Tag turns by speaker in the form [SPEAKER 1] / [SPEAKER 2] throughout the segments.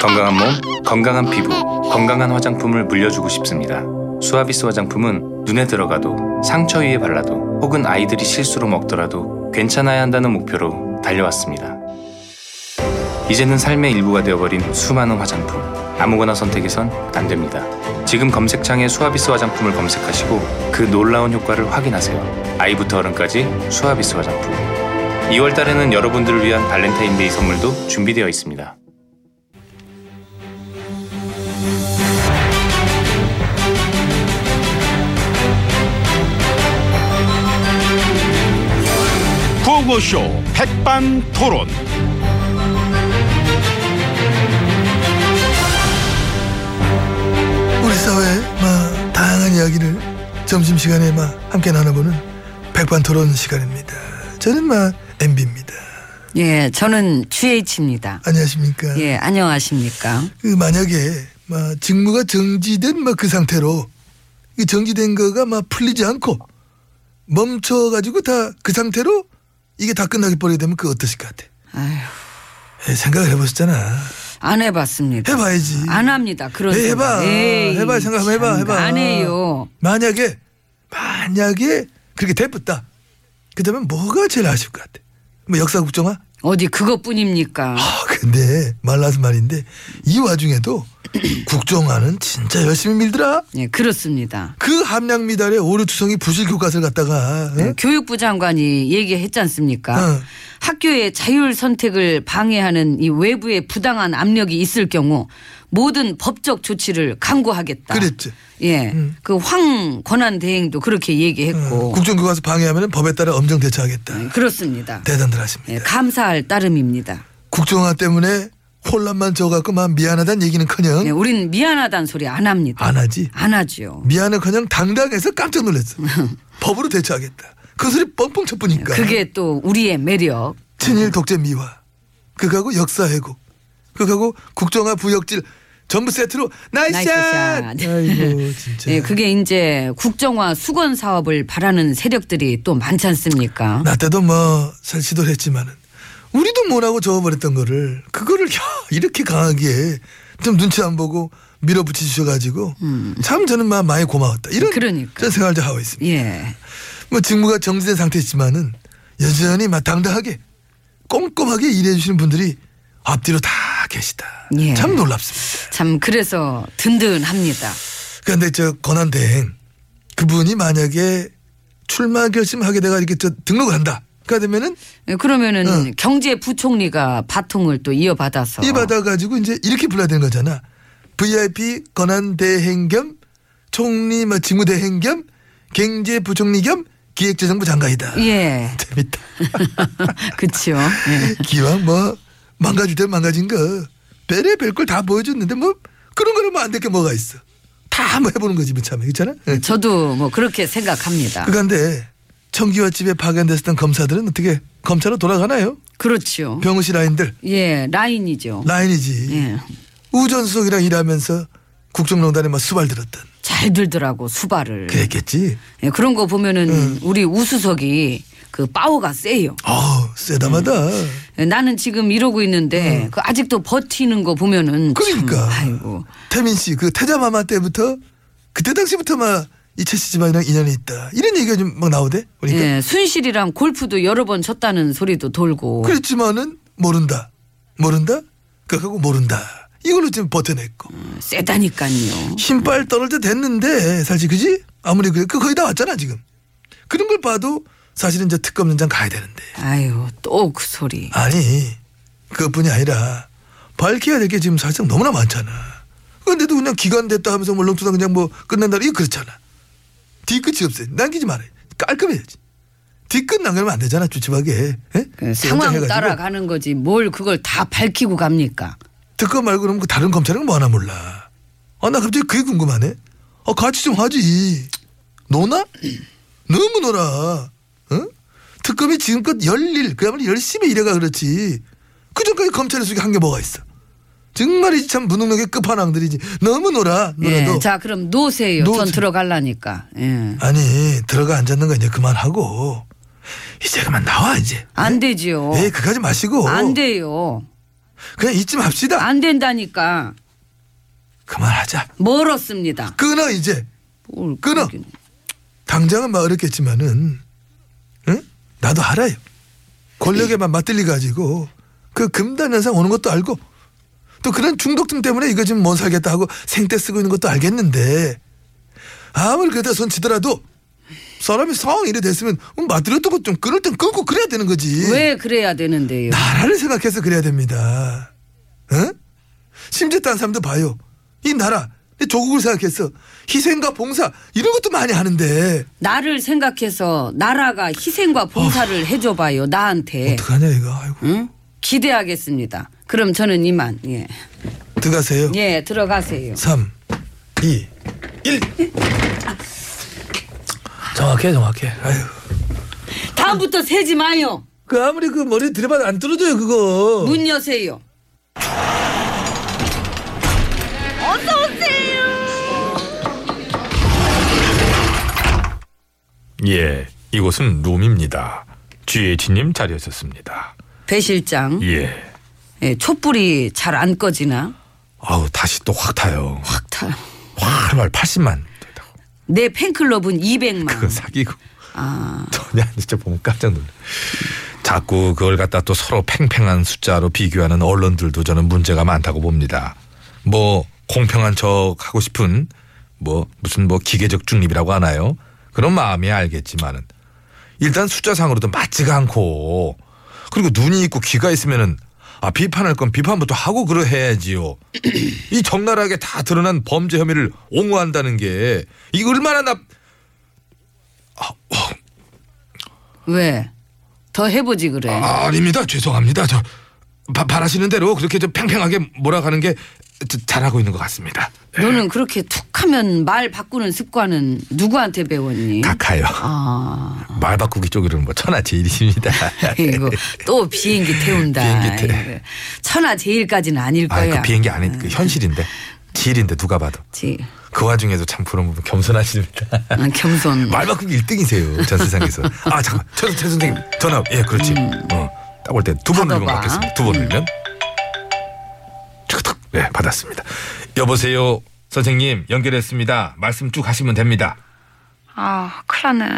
[SPEAKER 1] 건강한 몸, 건강한 피부, 건강한 화장품을 물려주고 싶습니다. 수아비스 화장품은 눈에 들어가도 상처 위에 발라도 혹은 아이들이 실수로 먹더라도 괜찮아야 한다는 목표로 달려왔습니다. 이제는 삶의 일부가 되어버린 수많은 화장품. 아무거나 선택해선 안 됩니다. 지금 검색창에 수아비스 화장품을 검색하시고 그 놀라운 효과를 확인하세요. 아이부터 어른까지 수아비스 화장품. 2월 달에는 여러분들을 위한 발렌타인데이 선물도 준비되어 있습니다.
[SPEAKER 2] 구호쇼 백반토론.
[SPEAKER 3] 우리 사회의 막 다양한 이야기를 점심시간에 막 함께 나눠보는 백반토론 시간입니다. 저는 막 MB입니다.
[SPEAKER 4] 예, 저는 GH입니다.
[SPEAKER 3] 안녕하십니까?
[SPEAKER 4] 예, 안녕하십니까.
[SPEAKER 3] 그 만약에 막 직무가 정지된 막 그 상태로 이 정지된 거가 막 풀리지 않고 멈춰가지고 다 그 상태로 이게 다 끝나게 버리게 되면 그거 어떠실 것 같아?
[SPEAKER 4] 아휴,
[SPEAKER 3] 예, 생각을 해보셨잖아.
[SPEAKER 4] 안 해봤습니다.
[SPEAKER 3] 해봐야지.
[SPEAKER 4] 안 합니다. 그런
[SPEAKER 3] 예,
[SPEAKER 4] 생각.
[SPEAKER 3] 해봐.
[SPEAKER 4] 에이,
[SPEAKER 3] 해봐. 생각 한번 해봐.
[SPEAKER 4] 참,
[SPEAKER 3] 해봐.
[SPEAKER 4] 안 해요.
[SPEAKER 3] 만약에 만약에 그렇게 됐었다. 그다음에 뭐가 제일 아실 것 같아? 뭐 역사 국정화?
[SPEAKER 4] 어디 그것뿐입니까?
[SPEAKER 3] 아 근데 말라서 말인데 이 와중에도 국정화는 진짜 열심히 밀더라.
[SPEAKER 4] 예, 그렇습니다.
[SPEAKER 3] 그 함량 미달의 오류 투성이 부실 교과서를 갖다가
[SPEAKER 4] 네,
[SPEAKER 3] 응?
[SPEAKER 4] 교육부 장관이 얘기했지 않습니까?
[SPEAKER 3] 어.
[SPEAKER 4] 학교의 자율 선택을 방해하는 이 외부의 부당한 압력이 있을 경우 모든 법적 조치를 강구하겠다.
[SPEAKER 3] 그랬지.
[SPEAKER 4] 예,
[SPEAKER 3] 음.
[SPEAKER 4] 그 황 권한 대행도 그렇게 얘기했고
[SPEAKER 3] 어, 국정 교과서 방해하면 법에 따라 엄정 대처하겠다.
[SPEAKER 4] 예, 그렇습니다.
[SPEAKER 3] 대단들
[SPEAKER 4] 예,
[SPEAKER 3] 하십니다.
[SPEAKER 4] 감사할 따름입니다.
[SPEAKER 3] 국정화 때문에 혼란만 져갖고 막 미안하다는
[SPEAKER 4] 네,
[SPEAKER 3] 얘기는커녕
[SPEAKER 4] 우린 미안하다는 소리 안 합니다.
[SPEAKER 3] 안 하지.
[SPEAKER 4] 안 하지요.
[SPEAKER 3] 미안해커녕 당당해서 깜짝 놀랐어. 법으로 대처하겠다. 그 소리 뻥뻥 쳐보니까.
[SPEAKER 4] 그게 또 우리의 매력.
[SPEAKER 3] 친일 독재 미화. 그거하고 역사 회고. 그거하고 국정화 부역질 전부 세트로 나이샷.
[SPEAKER 4] 나이스 샷.
[SPEAKER 3] 아이고 진짜.
[SPEAKER 4] 예, 그게 이제 국정화 수건 사업을 바라는 세력들이 또 많지 않습니까?
[SPEAKER 3] 나 때도 뭐잘 시도를 했지만은 우리도 못하고 저어버렸던 거를 그거를 야, 이렇게 강하게 좀 눈치 안 보고 밀어붙이 주셔가지고 참 저는 마- 많이 고마웠다. 이런
[SPEAKER 4] 음. 그러니까.
[SPEAKER 3] 저는 생각을 좀 하고 있습니다.
[SPEAKER 4] 예.
[SPEAKER 3] 뭐 직무가 정지된 상태지만은 여전히 막 당당하게 꼼꼼하게 일해 주시는 분들이 앞뒤로 다 계시다.
[SPEAKER 4] 예.
[SPEAKER 3] 참 놀랍습니다.
[SPEAKER 4] 참 그래서 든든합니다.
[SPEAKER 3] 그런데 저 권한 대행 그분이 만약에 출마 결심하게 내가 이렇게 저 등록을 한다. 그러니까 되면은
[SPEAKER 4] 예, 그러면은
[SPEAKER 3] 응.
[SPEAKER 4] 경제부총리가 바통을 또 이어받아서
[SPEAKER 3] 이 받아 가지고 이제 이렇게 불러야 되는 거잖아. VIP 권한 대행 겸 총리 뭐 직무 대행 겸 경제부총리 겸 기획재정부 장관이다.
[SPEAKER 4] 예.
[SPEAKER 3] 재밌다.
[SPEAKER 4] 그렇죠. 예.
[SPEAKER 3] 기왕 뭐 망가질 때 망가진 거 별의 별걸 다 보여줬는데 뭐 그런 거는 뭐안 될 게 뭐가 있어 다 한번 해보는 거지 뭐 참에 그렇잖아 예.
[SPEAKER 4] 저도 뭐 그렇게 생각합니다.
[SPEAKER 3] 그간데 청기와 집에 파견됐었던 검사들은 어떻게 검찰로 돌아가나요
[SPEAKER 4] 그렇죠.
[SPEAKER 3] 병우씨 라인들
[SPEAKER 4] 예, 라인이죠.
[SPEAKER 3] 라인이지
[SPEAKER 4] 예.
[SPEAKER 3] 우전수석이랑 일하면서 국정농단에 막 수발 들었던
[SPEAKER 4] 잘 들더라고 수발을.
[SPEAKER 3] 그랬겠지
[SPEAKER 4] 예, 그런 거 보면은
[SPEAKER 3] 음.
[SPEAKER 4] 우리 우수석이 그 파워가 세요.
[SPEAKER 3] 어우 세다마다
[SPEAKER 4] 예, 나는 지금 이러고 있는데 그 아직도 버티는 거 보면은
[SPEAKER 3] 음. 그러니까.
[SPEAKER 4] 참, 아이고
[SPEAKER 3] 태민씨 그 태자마마 때부터 그때 당시부터 막 이채씨 집안이랑 인연이 있다 이런 얘기가 좀 막 나오대 그러니까
[SPEAKER 4] 예, 순실이랑 골프도 여러 번 쳤다는 소리도 돌고
[SPEAKER 3] 그랬지만은 모른다. 모른다. 그하고 모른다. 이걸로 지금 버텨냈고
[SPEAKER 4] 음. 세다니까요.
[SPEAKER 3] 힘빨 떨을 때 됐는데 사실 그지? 아무리 그래 그 거의 다 왔잖아 지금. 그런 걸 봐도 사실은 이제 특검 연장 가야 되는데
[SPEAKER 4] 아유 또 그 소리.
[SPEAKER 3] 아니 그것뿐이 아니라 밝혀야 될 게 지금 사실상 너무나 많잖아. 그런데도 그냥 기간 됐다 하면서 물렁뚱땅 그냥 뭐 끝낸다 이거 그렇잖아. 뒤끝이 없어. 남기지 말아요. 깔끔해야지. 뒤끝 남기면 안 되잖아 예? 주치하게.
[SPEAKER 4] 그 상황 따라가는 거지 뭘 그걸 다 밝히고 갑니까?
[SPEAKER 3] 특검 말고 그럼 그 다른 검찰은 뭐 하나 몰라. 아, 나 갑자기 그게 궁금하네. 아, 같이 좀 하지. 노나? 너무 놀아. 응? 특검이 지금껏 열일, 그야말로 열심히 일해가 그렇지. 그 전까지 검찰의 속에 한 게 뭐가 있어. 정말이지 참 무능력의 끝판왕들이지. 너무 놀아,
[SPEAKER 4] 예,
[SPEAKER 3] 놀아도.
[SPEAKER 4] 자 그럼 노세요.
[SPEAKER 3] 노세.
[SPEAKER 4] 전 들어갈라니까. 예.
[SPEAKER 3] 아니, 들어가 앉았는 거 이제 그만하고. 이제 그만 나와, 이제.
[SPEAKER 4] 안 되지요.
[SPEAKER 3] 에이, 그까지 마시고.
[SPEAKER 4] 안 돼요.
[SPEAKER 5] 그냥 잊지 맙시다.
[SPEAKER 4] 안 된다니까
[SPEAKER 5] 그만하자.
[SPEAKER 4] 멀었습니다.
[SPEAKER 5] 끊어 이제.
[SPEAKER 4] 뭘
[SPEAKER 5] 끊어.
[SPEAKER 4] 그러긴.
[SPEAKER 5] 당장은 막 어렵겠지만은 응? 나도 알아요. 권력에만 맞들리 가지고 그 금단 현상 오는 것도 알고 또 그런 중독증 때문에 이거 지금 못 살겠다 하고 생떼 쓰고 있는 것도 알겠는데 아무리 그러다 손치더라도 사람이 상황 이래 됐으면 뭐 맞들렸던 것 좀 끊을 땐 끊고 그래야 되는 거지.
[SPEAKER 3] 예.
[SPEAKER 4] 왜 그래야 되는데요?
[SPEAKER 5] 나라를 생각해서 그래야 됩니다. 응? 심지어 딴 사람도 봐요. 이 나라, 이 조국을 생각해서 희생과 봉사 이런 것도 많이 하는데
[SPEAKER 4] 나를 생각해서 나라가 희생과 봉사를 해줘봐요 나한테
[SPEAKER 5] 어떡하냐 이거 아이고
[SPEAKER 4] 응? 기대하겠습니다. 그럼 저는 이만 예,
[SPEAKER 5] 들어가세요
[SPEAKER 4] 예 들어가세요.
[SPEAKER 5] 3 2 1 정확해 정확해 아유
[SPEAKER 4] 다음부터 세지 마요.
[SPEAKER 5] 그 아무리 그 머리 들여봐도 안 뚫어져요 그거
[SPEAKER 4] 문 여세요.
[SPEAKER 3] 예, 이곳은 룸입니다. GH님 자리였었습니다.
[SPEAKER 4] 배 실장
[SPEAKER 3] 예.
[SPEAKER 4] 예, 촛불이 잘 안 꺼지나?
[SPEAKER 3] 아우, 다시 또 확 타요. 확,
[SPEAKER 4] 다-
[SPEAKER 3] 활활 80만. 되다고.
[SPEAKER 4] 내 팬클럽은 200만.
[SPEAKER 3] 그건 사기고.
[SPEAKER 4] 음. 아,
[SPEAKER 3] 전혀 안 진짜 보면 깜짝 놀래. 자꾸 그걸 갖다 또 서로 팽팽한 숫자로 비교하는 언론들도 저는 문제가 많다고 봅니다. 뭐 공평한 척 하고 싶은 뭐 무슨 뭐 기계적 중립이라고 하나요? 그런 마음이 알겠지만은 일단 숫자상으로도 맞지가 않고 그리고 눈이 있고 귀가 있으면은 아 비판할 건 비판부터 하고 그러 해야지요. 이 적나라하게 다 드러난 범죄 혐의를 옹호한다는 게 이게 얼마나 나
[SPEAKER 4] 왜? 더 해보지 그래.
[SPEAKER 3] 아, 아닙니다. 죄송합니다. 저 바, 바라시는 대로 그렇게 좀 팽팽하게 몰아가는 게 저- 잘하고 있는 것 같습니다.
[SPEAKER 4] 너는 그렇게 툭하면 말 바꾸는 습관은 누구한테 배웠니?
[SPEAKER 3] 각하요.
[SPEAKER 4] 아,
[SPEAKER 3] 말 바꾸기 쪽으로는 뭐 천하제일이십니다.
[SPEAKER 4] 이거 또 비행기 태운다.
[SPEAKER 3] 비행기 태-
[SPEAKER 4] 이거. 천하 제일까지는 아닐
[SPEAKER 3] 아,
[SPEAKER 4] 거야. 음.
[SPEAKER 3] 그 비행기 안에 그 현실인데 지일인데 누가 봐도
[SPEAKER 4] 지-
[SPEAKER 3] 그 와중에도 참 그런 부분 겸손하십니다.
[SPEAKER 4] 아, 겸손.
[SPEAKER 3] 말 바꾸기 1등이세요 전 세상에서. 아 잠깐, 최, 최 선생님 전화. 예, 그렇지. 어, 딱 올 때 두 번 울면
[SPEAKER 4] 음. 받아봐.
[SPEAKER 3] 받겠습니다. 두 번 울면. 툭툭. 네, 받았습니다. 여보세요, 선생님 연결했습니다. 말씀 쭉 하시면 됩니다.
[SPEAKER 6] 아, 큰일 났네.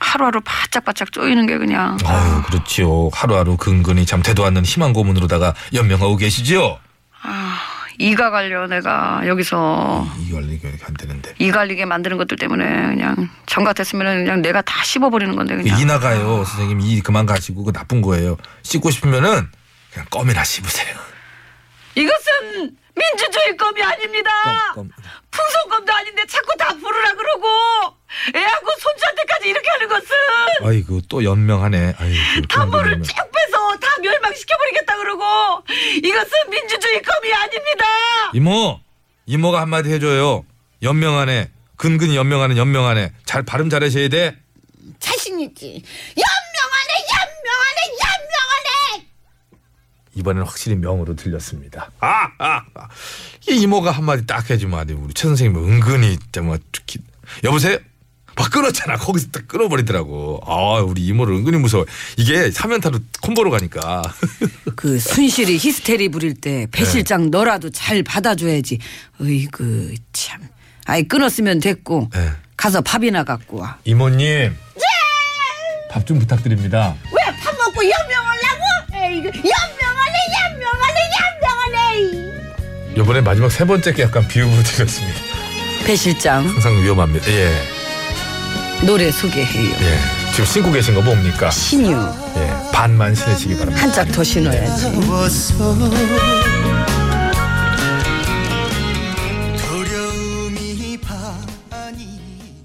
[SPEAKER 6] 하루하루 바짝바짝 쪼이는 게 그냥.
[SPEAKER 3] 아유, 그렇지요. 하루하루 근근히 참 태도 않는 희망 고문으로다가 연명하고 계시지요.
[SPEAKER 6] 아, 이가 갈려, 내가. 여기서.
[SPEAKER 3] 이걸 이게 안 되는데.
[SPEAKER 6] 이 갈리게 만드는 것들 때문에 그냥 전 같았으면 그냥 내가 다 씹어버리는 건데 그냥.
[SPEAKER 3] 이 나가요, 선생님. 이 그만 가시고 그 나쁜 거예요. 씹고 싶으면은 그냥 껌이나 씹으세요.
[SPEAKER 6] 이것은 민주주의 껌이 아닙니다.
[SPEAKER 3] 껌, 껌.
[SPEAKER 6] 풍선껌도 아닌데 자꾸 다 부르라 그러고 애하고 손주한테까지 이렇게 하는 것은
[SPEAKER 3] 아이고 또 연명하네. 아이고.
[SPEAKER 6] 담보를
[SPEAKER 3] 근근히
[SPEAKER 6] 쭉 빼서 다 멸망시켜버리겠다 그러고 이것은 민주주의 껌이 아닙니다.
[SPEAKER 3] 이모 이모가 한마디 해줘요 연명하네 근근히 연명하는 연명하네 잘 발음 잘하셔야 돼
[SPEAKER 7] 자신있지. 연명하네, 연명하네, 연명하네!
[SPEAKER 3] 이번엔 확실히 명으로 들렸습니다 아, 아, 아. 이 이모가 한마디 딱 해주면 아니 우리 최 선생님 은근히 진짜 뭐 특히 여보세요 막 끊었잖아 거기서 딱 끊어버리더라고 아 우리 이모를 은근히 무서워 이게 사면타로 콤보로 가니까
[SPEAKER 4] 그 순실이 히스테리 부릴 때 배실장 너라도 잘 받아줘야지. 어이구 참. 아이 끊었으면 됐고
[SPEAKER 3] 네.
[SPEAKER 4] 가서 밥이나 갖고 와.
[SPEAKER 3] 이모님 밥 좀 부탁드립니다
[SPEAKER 7] 예! 왜 밥 먹고 연명하려고? 에이, 연명하네, 연명하네, 연명하네!
[SPEAKER 3] 이번에 마지막 세 번째 게 약간 비유부 드렸습니다
[SPEAKER 4] 배실장
[SPEAKER 3] 항상 위험합니다 예
[SPEAKER 4] 노래 소개해요.
[SPEAKER 3] 예, 지금 신고 계신 거 뭡니까?
[SPEAKER 4] 신유
[SPEAKER 3] 예, 반만 신으시기 바랍니다.
[SPEAKER 4] 한 짝 더 신어야지.
[SPEAKER 8] 두려움이 반이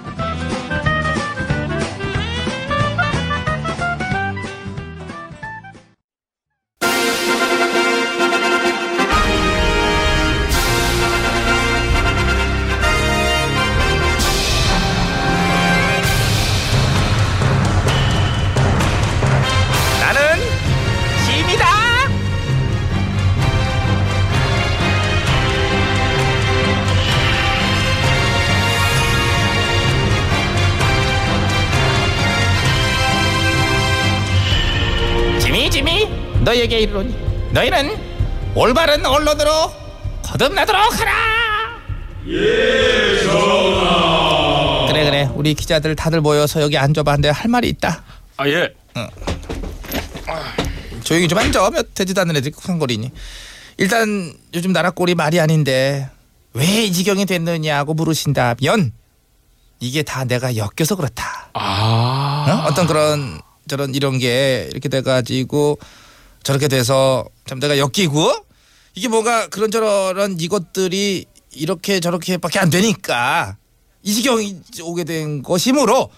[SPEAKER 9] 지미 지미 너에게 이르노니 너희는 올바른 언론으로 거듭나도록 하라. 예 전하. 그래 그래 우리 기자들 다들 모여서 여기 앉아봤는데 할 말이 있다.
[SPEAKER 2] 아 예.
[SPEAKER 9] 조용히 좀 앉아 몇 되지도 않는 애들이 쿵거리니. 일단 요즘 나라 꼴이 말이 아닌데 왜 이 지경이 됐느냐고 물으신다면 이게 다 내가 엮여서 그렇다.
[SPEAKER 2] 아.
[SPEAKER 9] 어? 어떤 그런 저런 이런 게 이렇게 돼가지고 저렇게 돼서 참 내가 엮이고 이게 뭐가 그런저런 이것들이 이렇게 저렇게밖에 안 되니까 이 지경이 오게 된 것이므로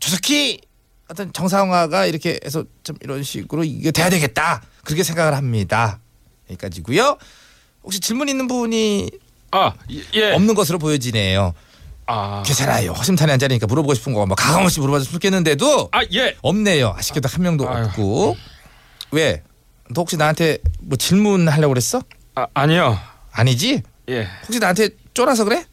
[SPEAKER 9] 조속히 어떤 정상화가 이렇게 해서 좀 이런 식으로 이게 돼야 되겠다 그렇게 생각을 합니다. 여기까지고요. 혹시 질문 있는 분이
[SPEAKER 2] 아 예.
[SPEAKER 9] 없는 것으로 보여지네요.
[SPEAKER 2] 아.
[SPEAKER 9] 괜찮아요. 허심탄회 안 자니까 물어보고 싶은 거 막 가감없이 물어봐서 좋겠는데도
[SPEAKER 2] 아 예.
[SPEAKER 9] 없네요. 아쉽게도 한 명도
[SPEAKER 2] 아유.
[SPEAKER 9] 없고. 왜? 너 혹시 나한테 뭐 질문하려고 그랬어?
[SPEAKER 2] 아 아니요.
[SPEAKER 9] 아니지?
[SPEAKER 2] 예.
[SPEAKER 9] 혹시 나한테 쫄아서 그래?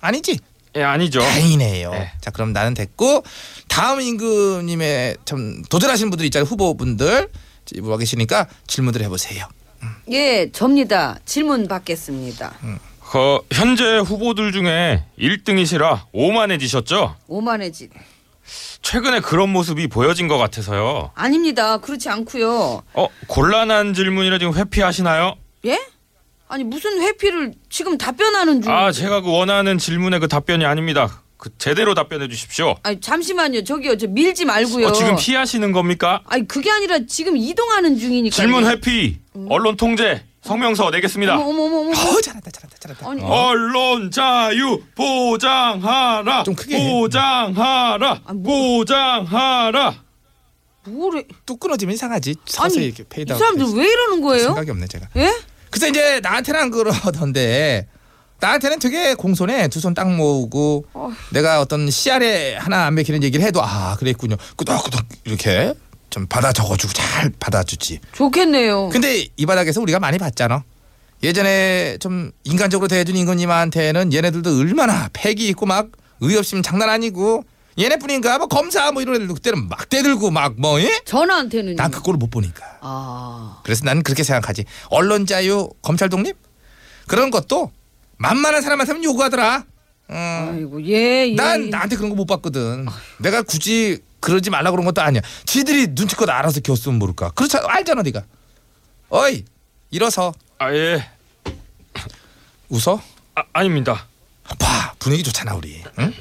[SPEAKER 9] 아니지?
[SPEAKER 2] 예 아니죠.
[SPEAKER 9] 다행이네요.
[SPEAKER 2] 네.
[SPEAKER 9] 자, 그럼 나는 됐고 다음 임금님의 참 도전하시는 분들 있잖아요. 후보분들 이분 와 계시니까 질문들 해보세요.
[SPEAKER 4] 예, 접니다. 질문 받겠습니다.
[SPEAKER 2] 그 현재 후보들 중에 1등이시라 오만해지셨죠?
[SPEAKER 4] 오만해지.
[SPEAKER 2] 최근에 그런 모습이 보여진 것 같아서요.
[SPEAKER 4] 아닙니다. 그렇지 않고요.
[SPEAKER 2] 어 곤란한 질문이라 지금 회피하시나요?
[SPEAKER 4] 예? 아니 무슨 회피를 지금 답변하는 중.
[SPEAKER 2] 아 제가 그 원하는 질문의 그 답변이 아닙니다. 그 제대로 답변해 주십시오.
[SPEAKER 4] 아니 잠시만요. 저기요. 저 밀지 말고요.
[SPEAKER 2] 어, 지금 피하시는 겁니까?
[SPEAKER 4] 아니 그게 아니라 지금 이동하는 중이니까.
[SPEAKER 2] 질문 회피, 언론 통제, 성명서 내겠습니다.
[SPEAKER 4] 네. 음. 어머 어머 어머. 어머.
[SPEAKER 9] 어, 잘한다, 잘한다, 잘한다.
[SPEAKER 4] 아니
[SPEAKER 3] 어?
[SPEAKER 2] 언론 자유 보장하라.
[SPEAKER 9] 좀 크게 해. 아, 뭐-
[SPEAKER 2] 보장하라. 보장하라.
[SPEAKER 4] 뭐래?
[SPEAKER 9] 또 끊어지면 이상하지.
[SPEAKER 4] 아니
[SPEAKER 9] 서서히 이렇게
[SPEAKER 4] 이
[SPEAKER 9] 페이드아웃
[SPEAKER 4] 사람들 왜 이러는 거예요?
[SPEAKER 9] 생각이 없네 제가.
[SPEAKER 4] 예?
[SPEAKER 9] 그래서 이제 나한테는 안 그러던데 나한테는 되게 공손해 두 손 딱 모으고 내가 어떤 씨알에 하나 안 맥히는 얘기를 해도 아 그랬군요 끄덕끄덕 이렇게 좀 받아 적어주고 잘 받아주지
[SPEAKER 4] 좋겠네요.
[SPEAKER 9] 근데 이 바닥에서 우리가 많이 봤잖아 예전에 좀 인간적으로 대해준 임금님한테는 얘네들도 얼마나 패기 있고 막 의협심 장난 아니고 얘네뿐인가 뭐 검사 뭐 이런 애들도 그때는 막 대들고 막뭐난그
[SPEAKER 4] 전화한테는.
[SPEAKER 9] 꼴을 못 보니까
[SPEAKER 4] 아
[SPEAKER 9] 그래서 나는 그렇게 생각하지. 언론 자유, 검찰 독립 그런 것도 만만한 사람한테는 요구하더라. 음,
[SPEAKER 4] 아이고 예 예.
[SPEAKER 9] 난 나한테 그런 거 못 봤거든. 내가 굳이 그러지 말라 그런 것도 아니야. 지들이 눈치껏 알아서 겼으면 모를까. 그렇지 않- 알잖아 네가. 어이 일어서
[SPEAKER 2] 아 예.
[SPEAKER 9] 웃어.
[SPEAKER 2] 아, 아닙니다.
[SPEAKER 9] 봐 분위기 좋잖아 우리. 응?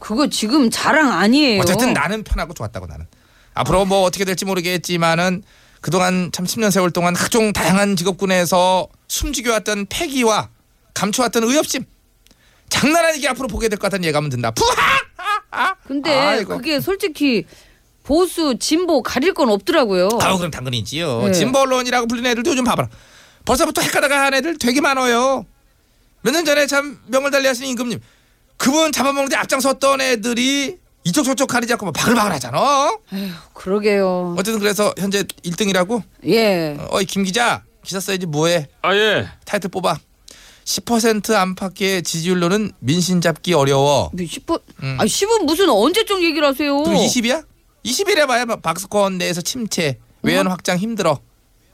[SPEAKER 4] 그거 지금 자랑 아니에요.
[SPEAKER 9] 어쨌든 나는 편하고 좋았다고 나는. 앞으로 뭐 어떻게 될지 모르겠지만은 그동안 참 10년 세월 동안 각종 다양한 직업군에서 숨죽여왔던 패기와 감춰왔던 의협심 장난 아니게 앞으로 보게 될 것 같다는 예감은 든다. 푸하!
[SPEAKER 4] 근데
[SPEAKER 9] 아이고.
[SPEAKER 4] 그게 솔직히 보수 진보 가릴 건 없더라고요.
[SPEAKER 9] 아우 그럼 당근이지요.
[SPEAKER 4] 네.
[SPEAKER 9] 진보 언론이라고 불리는 애들도 요즘 봐봐라. 벌써부터 헷갈다가 한 애들 되게 많아요. 몇 년 전에 참 명을 달리하신 임금님 그분 잡아먹는데 앞장섰던 애들이 이쪽 저쪽 가리지 않고 막 바글바글 하잖아.
[SPEAKER 4] 그러게요.
[SPEAKER 9] 어쨌든 그래서 현재 1등이라고
[SPEAKER 4] 예.
[SPEAKER 9] 어, 어이 김 기자 기사 써야지 뭐해
[SPEAKER 2] 아 예.
[SPEAKER 9] 타이틀 뽑아 10% 안팎의 지지율로는 민심 잡기 어려워
[SPEAKER 4] 10분? 아 10분 무슨 언제쯤 얘기를 하세요?
[SPEAKER 9] 그럼 음. 20이야? 20이라 봐야 박스권 내에서 침체 외연 확장 힘들어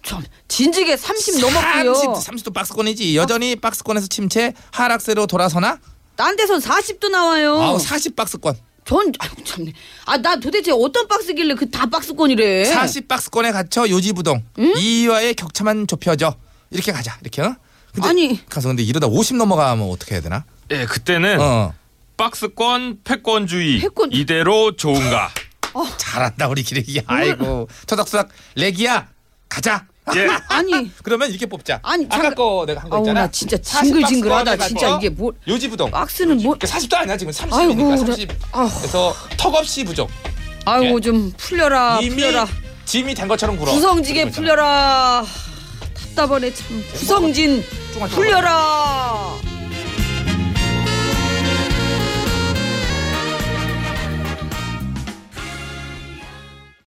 [SPEAKER 4] 참 진지게 30 넘었고요. 어.
[SPEAKER 9] 30도 박스권이지 여전히 박스권에서 침체 하락세로 돌아서나
[SPEAKER 4] 딴 데선 40도 나와요.
[SPEAKER 9] 아우 40 박스권
[SPEAKER 4] 전 아유, 참네. 아 나 도대체 어떤 박스길래 그 다 박스권이래.
[SPEAKER 9] 40 박스권에 갇혀 요지부동 이와의 격차만 좁혀져 이렇게 가자 이렇게 어? 근데
[SPEAKER 4] 아니.
[SPEAKER 9] 가서 근데 이러다 50 넘어가면 어떻게 해야 되나
[SPEAKER 2] 예, 그때는
[SPEAKER 9] 어
[SPEAKER 2] 박스권 패권주의
[SPEAKER 10] 패권-
[SPEAKER 2] 이대로 좋은가?
[SPEAKER 4] 어.
[SPEAKER 3] 잘한다 우리 기레기. 아이고 토닥토닥 레기야 가자.
[SPEAKER 2] 예.
[SPEAKER 4] 아니
[SPEAKER 3] 그러면 이렇게 뽑자.
[SPEAKER 4] 아니,
[SPEAKER 3] 아까
[SPEAKER 4] 잠깐-
[SPEAKER 3] 거 내가 한 거
[SPEAKER 4] 아우,
[SPEAKER 3] 있잖아.
[SPEAKER 4] 나 진짜
[SPEAKER 3] 40
[SPEAKER 4] 징글징글하다,
[SPEAKER 3] 박스권
[SPEAKER 4] 진짜
[SPEAKER 3] 해가지고
[SPEAKER 4] 이게 뭘-
[SPEAKER 3] 요지부동.
[SPEAKER 4] 박스는 뭐
[SPEAKER 3] 40도 아니야 지금 30이니까
[SPEAKER 4] 아이고, 나-
[SPEAKER 3] 30.
[SPEAKER 4] 아우.
[SPEAKER 3] 그래서 턱없이 부족.
[SPEAKER 4] 아이고 좀 풀려라
[SPEAKER 3] 이미
[SPEAKER 4] 풀려라
[SPEAKER 3] 짐이 된 것처럼 굴어. 그러고
[SPEAKER 4] 구성지게
[SPEAKER 3] 있잖아. 예, 뭐,
[SPEAKER 4] 풀려라 답답하네 참 구성진
[SPEAKER 3] 조금만 더
[SPEAKER 4] 풀려라